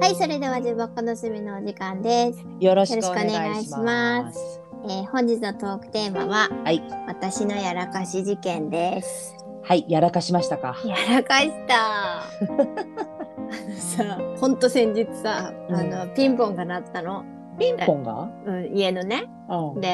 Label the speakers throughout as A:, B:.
A: はい、それでは重箱の隅のお時間です。
B: よろし
A: よろ
B: く
A: しく
B: お
A: お
B: 願
A: 願
B: い
A: い
B: し
A: し
B: ま。
A: ますえー本日のトークテーマは、
B: はい、
A: 私のやらかし事件です。
B: はい、やらかしましたか。
A: やらか した。あのさ、ほんと先日さ、あの、ピンポンが鳴ったの。
B: ピンポンが。
A: うん、家のね。
B: うん
A: で、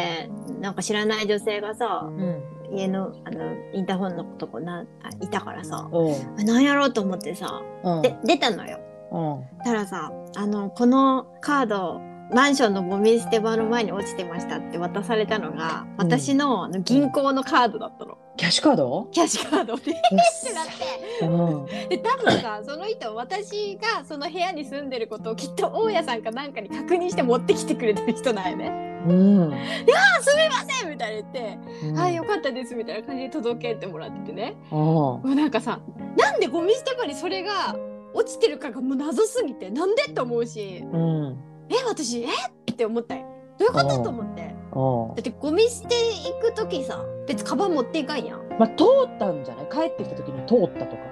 A: なんか知らない女性がさ、
B: うん、
A: 家の、あの、インターホンのとこな、あいたからさ、
B: うん、
A: あなんやろうと思ってさ、
B: うん、
A: で、出たのよ。
B: うん、
A: たらさあのこのカードマンションのゴミ捨て場の前に落ちてましたって渡されたのが
B: うん
A: 私のあの銀行のカードだったの、
B: キャッシュカード。
A: キャッシュカードで。っ
B: うっせ
A: てなって
B: うん、
A: で多分さその人私がその部屋に住んでることをきっと大家さんかなんかに確認して持ってきてくれてる人なんよね。
B: うん、
A: あすみませんみたいに言って「
B: うん
A: はい、よかったです」みたいな感じで届けてもらっててね
B: うん、
A: もうなんかさなんでゴミ捨て場にそれが落ちてるかがもう謎すぎてなんでと思うし。
B: うん、
A: え私えって思ったよどういうことと思ってだ
B: う
A: ってゴミ捨て行く時さ別にカバン持っていかんやん
B: ん、まあ、通ったんじゃない、帰ってきた時に通ったとか。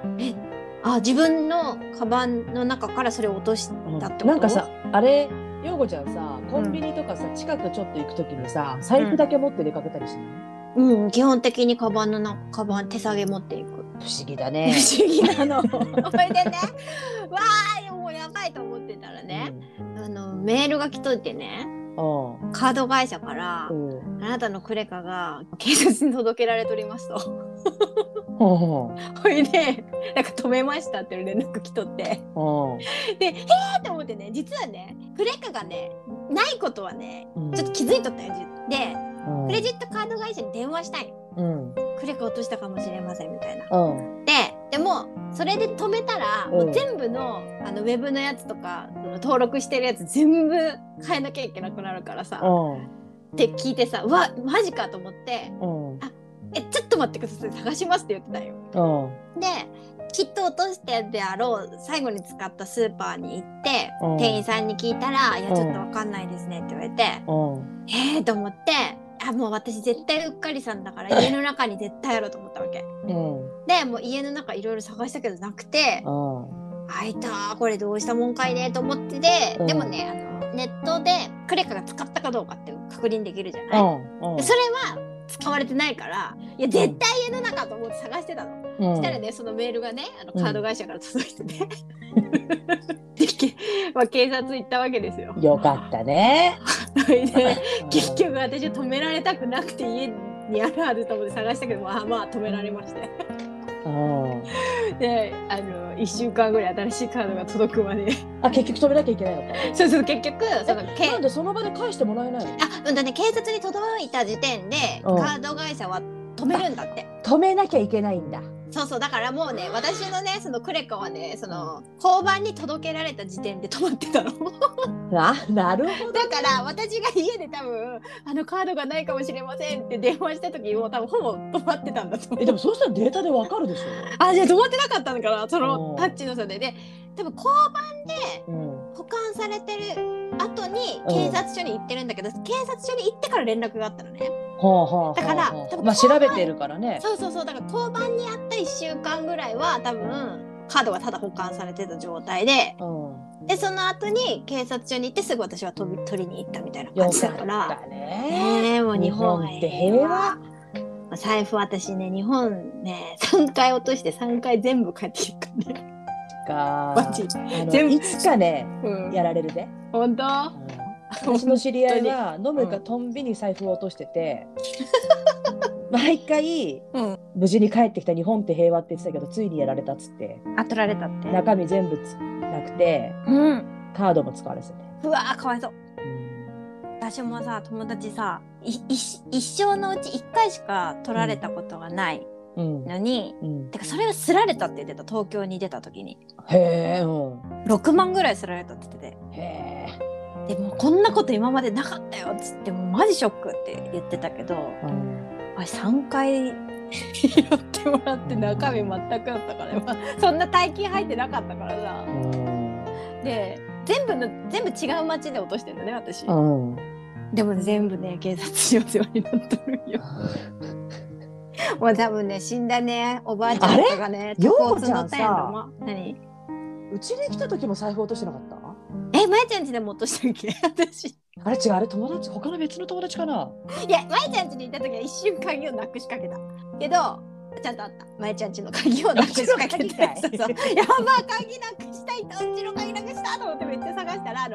A: あ自分のカバンの中からそれを落とし
B: うん
A: だってこと
B: なんかさ、あれ、ようこちゃんさ、コンビニとかさ、近くちょっと行く時にさ、財布だけ持って出かけたりしない。
A: うん基本的にカバンの中カバン手提げ持っていく
B: 不思議だ
A: 不
B: ね。
A: 思議な のそれでねわあもうやばいと思ってたらね、あのメールが来といてね
B: うん。うん
A: カード会社から、
B: うん。
A: あなたのクレカが警察に届けられておりますと
B: うん。
A: ほいでなんか止めましたっていう連絡来とって
B: うん。
A: で、へえと思ってね、実はね、クレカがね、ないことはね、
B: うん
A: ちょっと気づいとったよ。じで、
B: うん
A: クレジットカード会社に電話したいの。
B: うん。
A: クレカ落としたかもしれませんみたいな。
B: うん。
A: で、でも、それで止めたら、
B: うん
A: もう全部の、あの、ウェブのやつとか、その登録してるやつ全部変えなきゃいけなくなるからさ、って聞いてさ、うわ、マジかと思って、
B: うん。
A: え、ちょっと待ってください、探しますって言ってたよ。
B: うん。
A: できっと落としてであろう最後に使ったスーパーに行って、
B: うん
A: 店員さんに聞いたら「いや
B: うん
A: ちょっとわかんないですね」って言われて
B: うん。
A: 「ええー」と思って「あもう私絶対うっかりさんだ から家の中に絶対あろう」と思ったわけ。
B: うん。
A: でもう家の中いろいろ探したけどなくて
B: うん。
A: 「あいたーこれどうしたもんかいね」と思ってて
B: うん
A: でもねあのネットでクレカが使ったかどうかって確認できるじゃ
B: う
A: ない、
B: ん。
A: でそれは使われてないからいや絶対家の中と思って探してたの。
B: うん。
A: したらね、そのメールがね、あの
B: うん
A: カード会社から届いてね。 で、 けまあ、警察行ったわけですよ。
B: よかったね。
A: それで、結局私は止められたくなくて家にあるはずと思って探したけど、まあまあ止められまして。
B: うん。
A: で、あの、1週間ぐらい新しいカードが届くまで。
B: あ、結局止めなきゃいけないのか。
A: そうそう、結局、その、け
B: なんでその場で返してもらえないの
A: あ、うんとね、警察に届いた時点で、カ
B: うん
A: ード会社は止めるんだって。
B: 止めなきゃいけないんだ。
A: そうそうだからもうね私のねそのクレカはねその交番に届けられた時点で止まってたの。
B: な、なるほど。
A: だから私が家で多分あのカードがないかもしれませんって電話した時もう多分ほぼ止まってたんだと思
B: え、
A: う。
B: でもそうしたらデータでわかるでし
A: あじゃあ止まってなかったのかなそ
B: お
A: の
B: ー
A: タッチの差でで多分交番で
B: ょ。うん。
A: 保管されてる後に警察署に行ってるんだけど警察署に行ってから連絡があったのね
B: ほうほう。
A: だから多分
B: まあ調べてるからね。
A: そうそうそうだから交番にあった1週間ぐらいは多分カードがただ保管されてた状態で
B: うん。
A: でその後に警察署に行ってすぐ私は飛び取りに行ったみたいな
B: よ
A: 感じだから
B: かったね。
A: ねえもう日本は
B: 日本って平和
A: お財布私ね日本ね3回落として3回全部帰ってきたね、
B: か。
A: マジ
B: あの
A: 全部
B: いつかね、
A: うん、
B: やられるで。
A: 本当
B: 私 の知り合いは飲むかとんびに財布を落として て、毎回、
A: うん
B: 無事に帰ってきた日本って平和って言ってたけどついにやられたっつって
A: あ取られたって
B: 中身全部つなくて
A: うん
B: カードも使われてて、
A: うわーかわいそう私もさ友達さい一一生のうち1回しか取られたことがない
B: うん
A: のに、
B: うん、
A: てかそれがすられたって言ってた東京に出た時に
B: へえ、うん、
A: 6万ぐらいすられたって言ってて
B: へえ、
A: でもうこんなこと今までなかったよっつってもうマジショックって言ってたけど
B: うん、
A: あ3回やってもらって中身全くだったから、まあそんな大金入ってなかったからさで全部の全部違う町で落としてんだね私
B: うん、うん、
A: でもね全部ね警察にお世話になってるんよ もう多分ね死んだねおばあちゃんとかね
B: あれ
A: 床を積んどったや
B: ようこ
A: ろ何
B: うちに来た時も財布落としてなかった
A: まやちゃんちでも落としたっけ 私い
B: あれ違うあれ友達他の別の友達かな
A: やまやちゃんちに行った時は一瞬鍵をなくしかけたけどちゃんとあったまやちゃんちの鍵をなくしかけて
B: うちの鍵かい
A: そうそうやばい鍵なくしたいとうちの鍵なくしたと思ってめっちゃ探したらあの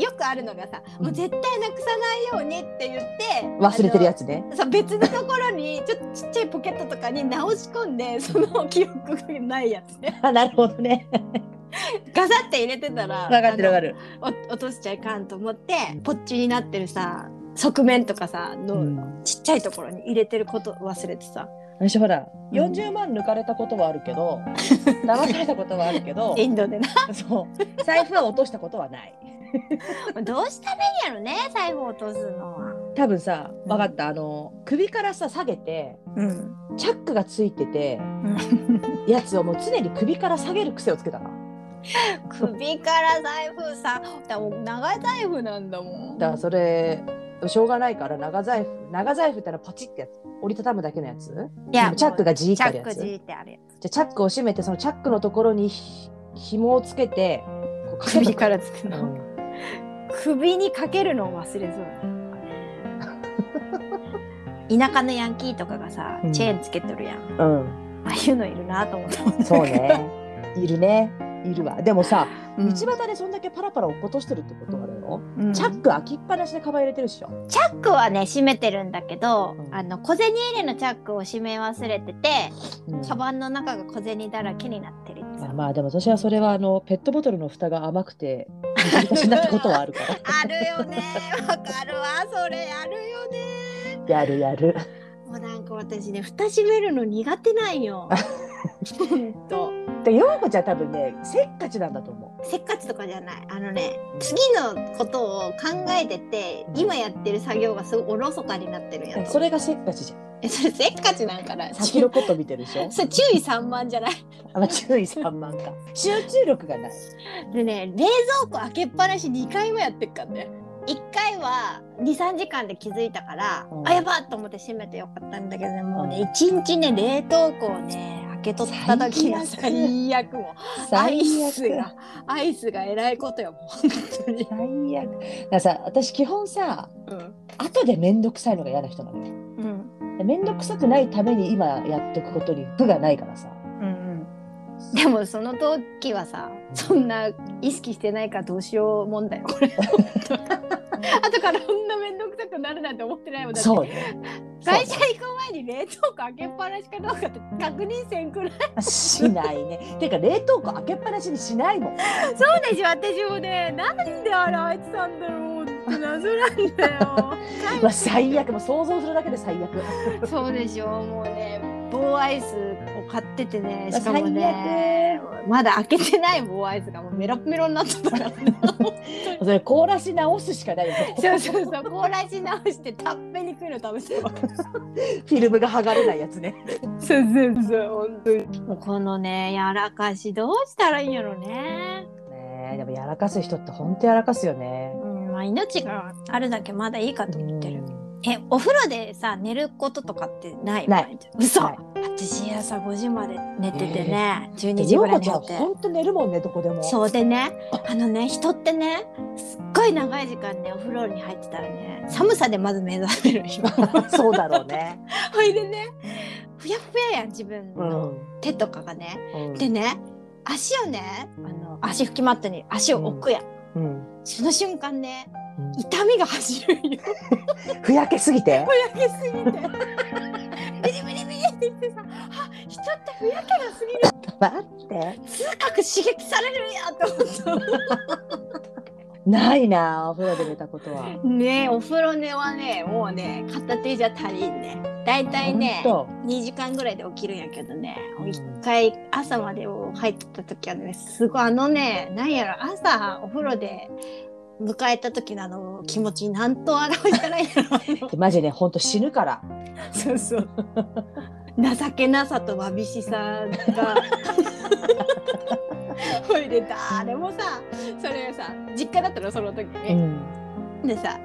A: よくあるのがさ、もう絶対なくさないようにって言って
B: 忘れてるや
A: つ
B: つね
A: さ別のところにちょっとちっちゃいポケットとかに直し込ん でその記憶がないやつね
B: あなるほど ね
A: ガサって入れてたら
B: 分かってる分かる
A: あのお落としちゃいかんと思ってポッチになってるさ側面とかさの、
B: うん
A: ちっちゃいところに入れてること忘れてさ
B: 私ほら
A: うん
B: 40万抜かれたことはある けど騙されたことはあるけど
A: インドでな
B: そう財布は落としたことはない
A: どうしたらいいんやろね財布落とすのは。
B: 多分さ
A: うん
B: 分かったあの首からさ下げて
A: うん、
B: チャックがついててやつをもう常に首から下げる癖をつけたな
A: 首から財布さだ長い財布なんだもん
B: だからそれしょうがないから長財布長財布ってのはポチってやつ折りたたむだけのやつ
A: いや
B: でもチャックがジーって
A: チ
B: あ
A: ャ
B: る
A: ッ
B: や
A: ク
B: つ
A: じ
B: じゃ
A: ってあるや
B: あチャックを閉めてそのチャックのところにひ紐をつけてこう
A: つ
B: かけと
A: 首
B: く
A: からつくの、
B: うん
A: 首にかけるのを忘れそうだ田舎のヤンキーとかがさ
B: うん
A: チェーンつけてるやん、
B: うん、
A: ああいうのいるなと思ったもんね
B: そうねいるねいるわでもさ
A: う
B: 道
A: ん
B: 端でそんだけパラパラ落っことしてるってことはだよ、
A: うん
B: チャック開きっぱなしでカバン入れてるっしょ
A: チャックはね閉めてるんだけど、
B: うん
A: あの小銭入れのチャックを閉め忘れてて、
B: うん
A: カバンの中が小銭だらけになってる
B: まあまあでも私はそれはあのペットボトルの蓋が甘 くて私になったことはあるから
A: あるよねわかるわそれあるよね
B: やるやる
A: もうなんか私ね蓋閉めるの苦手なん よほんと
B: で陽子ちゃん多分ねせっかちなんだと思
A: せっかちとかじゃないあのね次のことを考えてて今やってる作業がすごいおろそかになってるんや
B: う
A: と
B: そ
A: 思う
B: れがせっかちじゃん
A: えそれせっかちなんかな
B: 先のこと見てるでしょ
A: それ注意散漫じゃない
B: あまあ注意散漫か集中力がない
A: でね冷蔵庫開けっぱなし2回もやってっからね1回は23時間で気づいたから、
B: うん
A: あやばっと思って閉めてよかったんだけどねもうね、
B: うん
A: 1日ね冷凍庫をね開けとった時が
B: 最
A: 最
B: 悪
A: 悪もうアイスがアイスがえらいことよもう本当に、
B: 最悪だからさ私基本さ
A: うん
B: 後で面倒くさいのが嫌な人なのよ
A: うん
B: 面倒くさくないために今やっとくことに苦がないからさ
A: うんうん、でもその時はさそんな意識してないからどうしようもんだよこれ 後からこんな面倒くさくなるなんて思ってないもんだって
B: そうね
A: 会社行く前に冷凍庫開けっぱなしかどうかって確認せんくらい
B: しないねてか冷凍庫開けっぱなしにしな いもん
A: そうでしょ私もねなんであれあいつなんだろうって謎なんだ よ
B: うわ最悪もう想像するだけで最 悪
A: そうでしょもうね棒アイスを買っててねしかも
B: 最
A: ねまだ開けてない棒アイスがもうメロメロになっちゃったからね
B: それ凍らし直すしかないよね
A: そうそうそう凍らし直してたっぺりくるの食べてます
B: フィルムが剥がれないやつね
A: そうそうそう本当にもうこのねやらかしどうしたらいいんやろね
B: ねえでもやらかす人ってほんとやらかすよね
A: うんまあ命があるだけまだいいかと思ってる
B: うん
A: えお風呂でさ寝ることとかってない
B: ない
A: 嘘、
B: ない
A: 私朝5時まで寝ててね、12時
B: で
A: ぐ
B: も
A: らい
B: 子
A: に
B: ち
A: 寝
B: ゃん
A: て
B: ほんと寝るもんねどこでも
A: そうでねあのね人ってねすっごい長い時間ねお風呂に入ってたらね寒さでまず目覚めるよ
B: そうだろう ね。
A: ほいでねふやふややん自分
B: う
A: の
B: ん。
A: 手とかがね、
B: うん
A: でね足をねあの足拭きマットに足を置くやん、
B: うん。
A: その瞬間ね痛みが走るよ
B: ふやけすぎ て。
A: ふやけすぎてビリビリビリって言ってさあ人ってふやけがすぎる
B: 待って。
A: 痛覚刺激されるやと思っ
B: ないなあ、お風呂で寝たことは。
A: たねえお風呂寝はねもうね片手じゃ足りんねだいたいね
B: ほんと
A: 2時間ぐらいで起きるんやけどね
B: うん
A: 1回朝までを入ってた時はねすごいあのねなんやろ朝お風呂で迎えた時のあの気持ちなんと表したらいいやろ
B: でマジね、本当死ぬから。
A: そうそう情けなさとわびしさがほいで誰もさそれさ実家だったのその時
B: う
A: ね、
B: ん。
A: でさ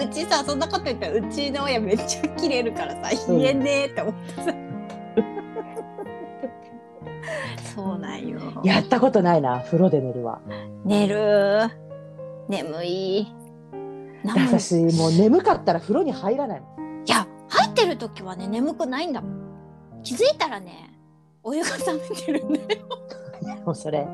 A: うちさそんなこと言ったらうちの親めっちゃキレるからさ
B: うん
A: 言えねえって思ってさ、そうなんよ
B: やったことないな、風呂で寝るは。
A: 寝る眠いなんもい
B: 私もう眠かったら風呂に入らないもん
A: や入ってる時はね眠くないんだもん気づいたらねお湯が冷めてるね
B: もうそれ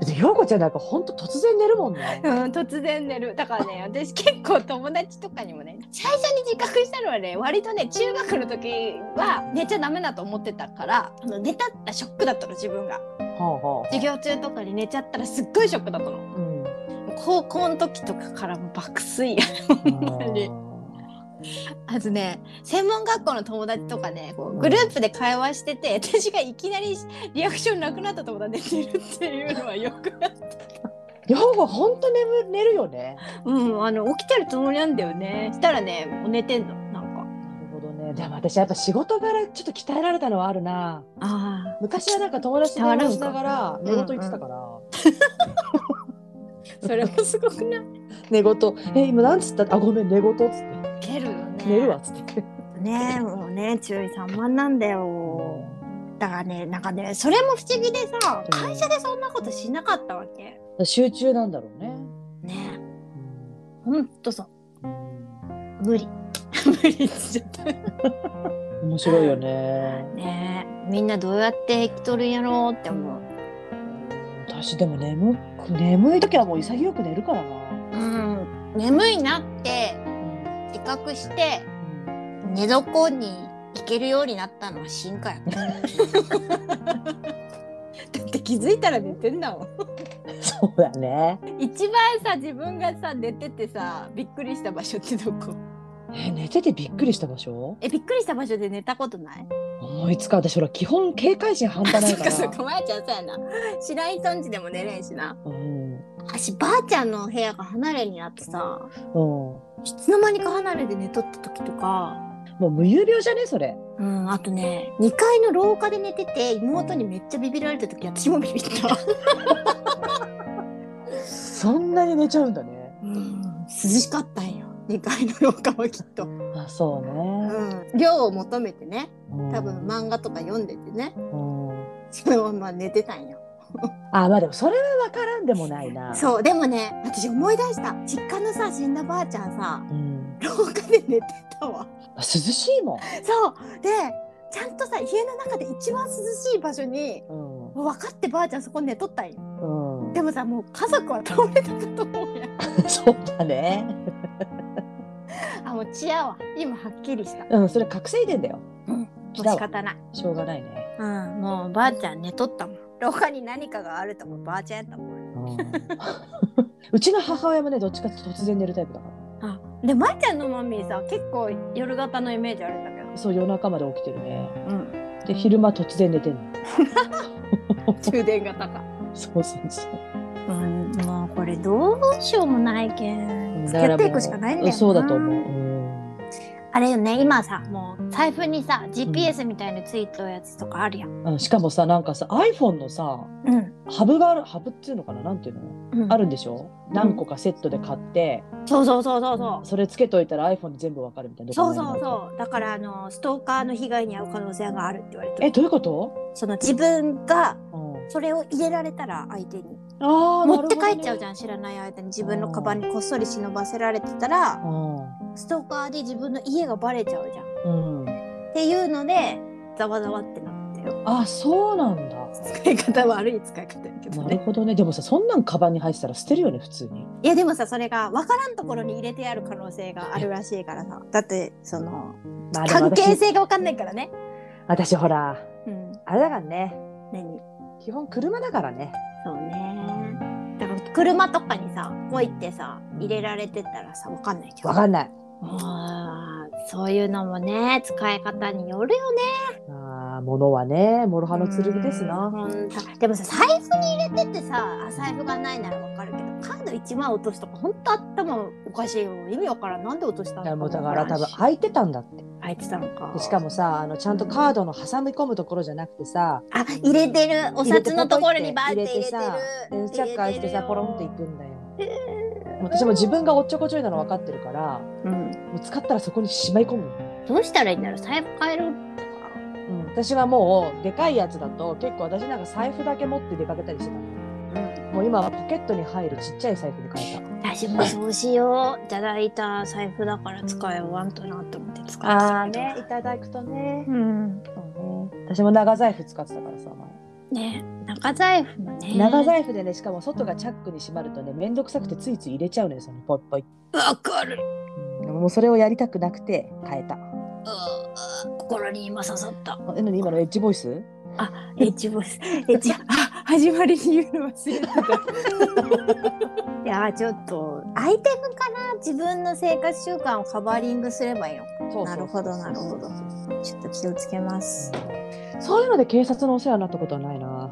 B: 別に陽子ちゃんなんかほんと突然寝るもんね
A: うん突然寝るだからね私結構友達とかにもね最初に自覚したのはね割とね中学の時は寝ちゃダメだと思ってたからあの寝たったショックだったの自分が
B: ほうほう
A: 授業中とかに寝ちゃったらすっごいショックだったの
B: うん
A: 高校の時とかからもう爆睡 んまにあとね専門学校の友達とかねこうグループで会話してて私がいきなりリアクションなくなったところで寝てるっていうのはよくある
B: 陽子ほんと眠寝るよね
A: うんあの起きてるつもりなんだよねしたらねもう寝てんのなんか
B: なるほどねでも私やっぱ仕事柄ちょっと鍛えられたのはあるな
A: あ
B: 昔はなんか友達と電話しながら寝言言ってたから、
A: あそれもすごくない
B: 寝言「え今なんつった?」あごめん寝言」っつって
A: けるよね
B: 「寝るわ」っつって
A: ねもうね注意散漫なんだよだからねなんかねそれも不思議でさ
B: うん
A: 会社でそんなことしなかったわけ
B: 集中なんだろうね、
A: ねほんとそう無理 無理って言っちゃった
B: 面白いよね
A: ねえみんなどうやって生きとるんやろうって思う
B: 私でも眠く眠い時はもう潔く寝るからな、
A: うん眠いなって自覚して
B: うん
A: 寝床に行けるようになったのは進化や だって気づいたら寝てんだもん
B: そうだね
A: 一番さ自分がさ寝ててさびっくりした場所ってどこ
B: え寝ててびっくりした場所
A: えびっくりした場所で寝たことない
B: 思いつかん私ほら基本警戒心半端ない
A: そっか
B: か
A: らそっかまやちゃんそうやな白井とんちでも寝れんしな
B: うん
A: 私ばあちゃんの部屋が離れになってさ
B: うん
A: いつの間にか離れで寝とった時とか
B: もう無遊病じゃねそれ
A: うんあとね2階の廊下で寝てて妹にめっちゃビビられた時私もビビった
B: そんなに寝ちゃうんだね
A: うん涼しかったんよ2階の廊下はきっと、
B: あそうね、
A: 量を求めてね
B: うん、
A: 多分漫画とか読んでてね
B: うん
A: そのまま寝てたんよ
B: あまあでもそれは分からんでもないな
A: そうでもね私思い出した実家のさ死んだばあちゃんさ
B: うん、
A: 廊下で寝てたわ
B: 涼しいも
A: そうでちゃんとさ家の中で一番涼しい場所に
B: ん、
A: 分かってばあちゃんそこ寝とったんよ
B: うんうん、
A: でもさもう家族は倒れたかと思うやん
B: そうだね
A: あもう血やわ今はっきりしたも
B: うんそれ覚醒遺伝だよ
A: う仕方ない
B: しょうがないね、
A: うんもうばあちゃん寝とったもん廊下に何かがあるともばあちゃんやったもん
B: うん うちの母親もねどっちかっていうと突然寝るタイプだか
A: あでまーちゃんのマミーさ結構夜型のイメージあるんだけど
B: らそう夜中まで起きてるね
A: うん
B: で昼間突然寝てんの
A: 充電型か
B: そうそうそう
A: うんもうこれどうしようもないけん付き合っていくしかないんだよな
B: そうだと思う、うん
A: あれよね今さもう財布にさ GPS みたいについてるやつとかあるやん
B: うん、しかもさなんかさ iPhone のさ
A: うん、
B: ハブがあるハブっていうのかななんていうの
A: うん、
B: あるんでしょ何個かセットで買って、
A: そうそうそうそうそう
B: それつけといたら iPhone に全部わかるみたいな
A: そうそうそうだからあのストーカーの被害に遭う可能性があるって言われて
B: え
A: る
B: どういうこと
A: その自分が
B: うん
A: それを入れられたら相手に
B: あー
A: 持って帰っちゃうじ
B: ゃん。
A: ゃん知らない相手に自分のカバンにこっそり忍ばせられてたらストーカーで自分の家がバレちゃうじゃんっ
B: うん。うん。
A: ていうのでざわざわってなってよ
B: あ、そうなんだ。
A: 使い方悪い使い方やけど
B: なる
A: ね
B: ほどね。でもさ、そんなんカバンに入ってたら捨てるよね、普通に。
A: いやでもさそれが分からんところに入れてある可能性があるらしいからさだってその
B: まあ、でも
A: 関
B: 私
A: 係性が分かんないからね
B: 私ほら、
A: うん
B: あれだからね。
A: 何
B: 基本車だからね。
A: そうねだから車とかにさポイってさ入れられてたらさ分かんないけど
B: わかんない。
A: あーそういうのもね使い方によるよね
B: ああ、物はね、諸刃の剣です
A: う
B: な。
A: んほんとでもさ財布に入れててさあ財布がないならわかるけどカード1万落とすとかほんと頭おかしいよ意味わからんなんで落としたの
B: いや
A: か
B: も
A: も
B: うだから多分
A: あ
B: 開いてたんだって
A: 開いてたのか
B: でしかもさあのちゃんとカードの挟み込むところじゃなくてさ
A: あ入れてるお札のところにバーって入れてる
B: でチャック開いてさポロンってい
A: く、
B: くんだよ私も自分がおっちょこちょいなの分かってるから
A: うん、
B: もう使ったらそこにしまい込むの
A: どうしたらいいんだろう財布変える
B: うん、私はもうでかいやつだと結構私なんか財布だけ持って出かけたりしてたのもう今はポケットに入るちっちゃい財布に変え
A: 私もそうしよう。いただいた財布だから使えわんとなと思って使って
B: あ
A: た
B: あ
A: けど。
B: ね、いただくとね
A: う。ん。
B: そうね。私も長財布使ってたからさ、
A: ね、長財布もね。
B: 前。長財布でね、しかも外がチャックに閉まるとね、めんどくさくてついつい入れちゃうのよ、そのポイポイ。
A: 布。わかる。
B: でももうそれをやりたくなくて変えた。
A: うー心に今刺さった。
B: え、なに今のエッジボイス？
A: エッジボイス。エッジ。あ、始まりに言うの忘れてた。いやー、ちょっとアイテムかな。自分の生活習慣をカバーリングすればいいのか。
B: そうそ
A: な
B: うそう
A: るほどなるほどちょっと気をつけます。
B: そういうので警察のお世話になったことはないな。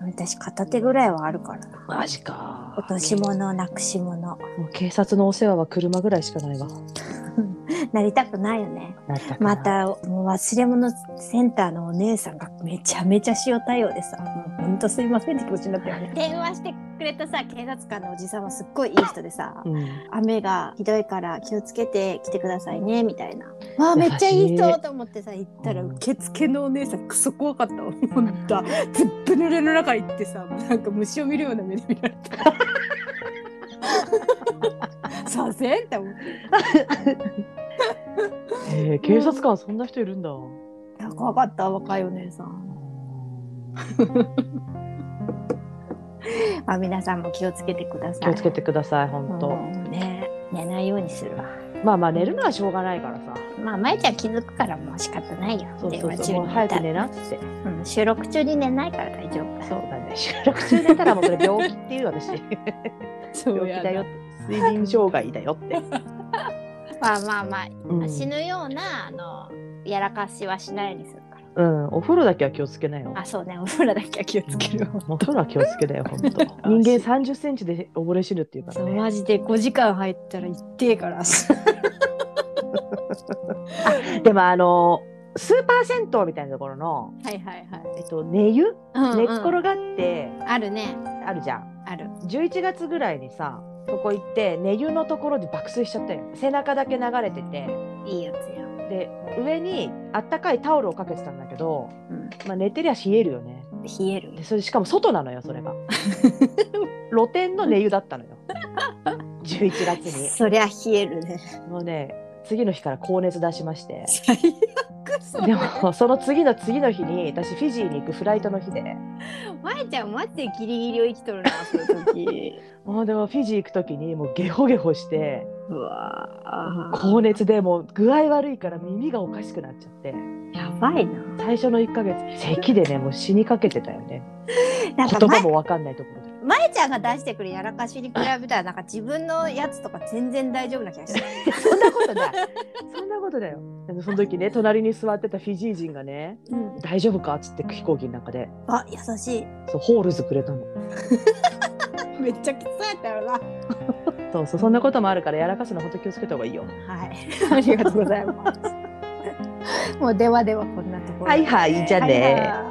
A: 私片手ぐらいはあるからな。
B: マジか
A: 落とし物、なくし物。
B: もう警察のお世話は車ぐらいしかないわ。
A: なりたくないよね。また、もう忘れ物センターのお姉さんがめちゃめちゃ塩対応でさ、もうほんとすいませんって気持ちになったよね。電話してくれたさ、警察官のおじさんはすっごいいい人でさ、
B: うん、
A: 雨がひどいから気をつけて来てくださいね、みたいな。わあ、めっちゃいい人と思ってさ、行ったら
B: うん
A: 受付のお姉さんクソ怖かったわ。ほんと、ずっと濡れの中行ってさ、もうなんか虫を見るような目で見られた。させんって思って。
B: えー、警察官そんな人いるんだ。
A: いや怖かった若いお姉さんあ皆さんも気をつけてください
B: 気をつけてください、本当。
A: うんね寝ないようにするわ
B: まあまあ寝るのはしょうがないからさ。
A: まあまえちゃん気づくからもう仕方ないよ
B: そうそうそ
A: 電
B: う。も
A: 話中
B: う
A: に
B: 早く寝なっつって。
A: うん収録中に寝ないから大丈夫
B: そうだね。収録中寝たらもうそれ病気ってい うよ私。
A: そ
B: 病気だよって。睡眠障害だよって。
A: まあまあまあ、
B: うん
A: 死ぬようなあのやらかしはしないようにするか
B: うん、お風呂だけは気をつけなよ
A: ら。あそうねお風呂だけは気をつけるわ
B: お風呂は気をつけ だよ、本当。人間三十センチで溺れ死ぬっていうから
A: そう
B: ね。
A: マジで5時間入ったら痛えから
B: でもあのスーパー銭湯みたいなところの
A: はいはいはい、
B: えっと寝湯
A: うんうん
B: 寝っ転がって
A: あるね
B: あるじゃん。
A: ある
B: 十一月ぐらいにさ。そこ行って寝湯のところで爆睡しちゃったよ背中だけ流れてて
A: いいやつや
B: で上にあったかいタオルをかけてたんだけど、
A: うん
B: まあ、寝てりゃ冷えるよね
A: 冷える
B: でそれしかも外なのよ それが露天の寝湯だったのよ11月に
A: そりゃ冷えるね。
B: もうね次の日から高熱出しまして
A: 最悪そ
B: でもその次の次の日に私フィジーに行くフライトの日で
A: まえちゃんマジでギリギリを生きとるなそういう 時。
B: もうでもフィジー行く時にもうゲホゲホして
A: うわー
B: 高熱でもう具合悪いから耳がおかしくなっちゃって
A: やばいな。
B: 最初の1ヶ月咳でねもう死にかけてたよね
A: なんか
B: 言
A: ま
B: 葉も分かんないところで。
A: まえちゃんが出してくるやらかしに比べたらなんか自分のやつとか全然大丈夫な気がして。
B: そんなことない。そんなことだよ。あのその時ね、隣に座ってたフィジー人がね、
A: うん、
B: 大丈夫かっつって飛行機の中で、
A: あ優しい。
B: そうホールズくれたの。
A: めっちゃきつそうやったよな。
B: そうそう、そんなこともあるから、やらかすの本当気をつけた方がいいよ。
A: はい。 あ りがとうございます。もうではではこんなところで。
B: はいはいじゃあね
A: はいはい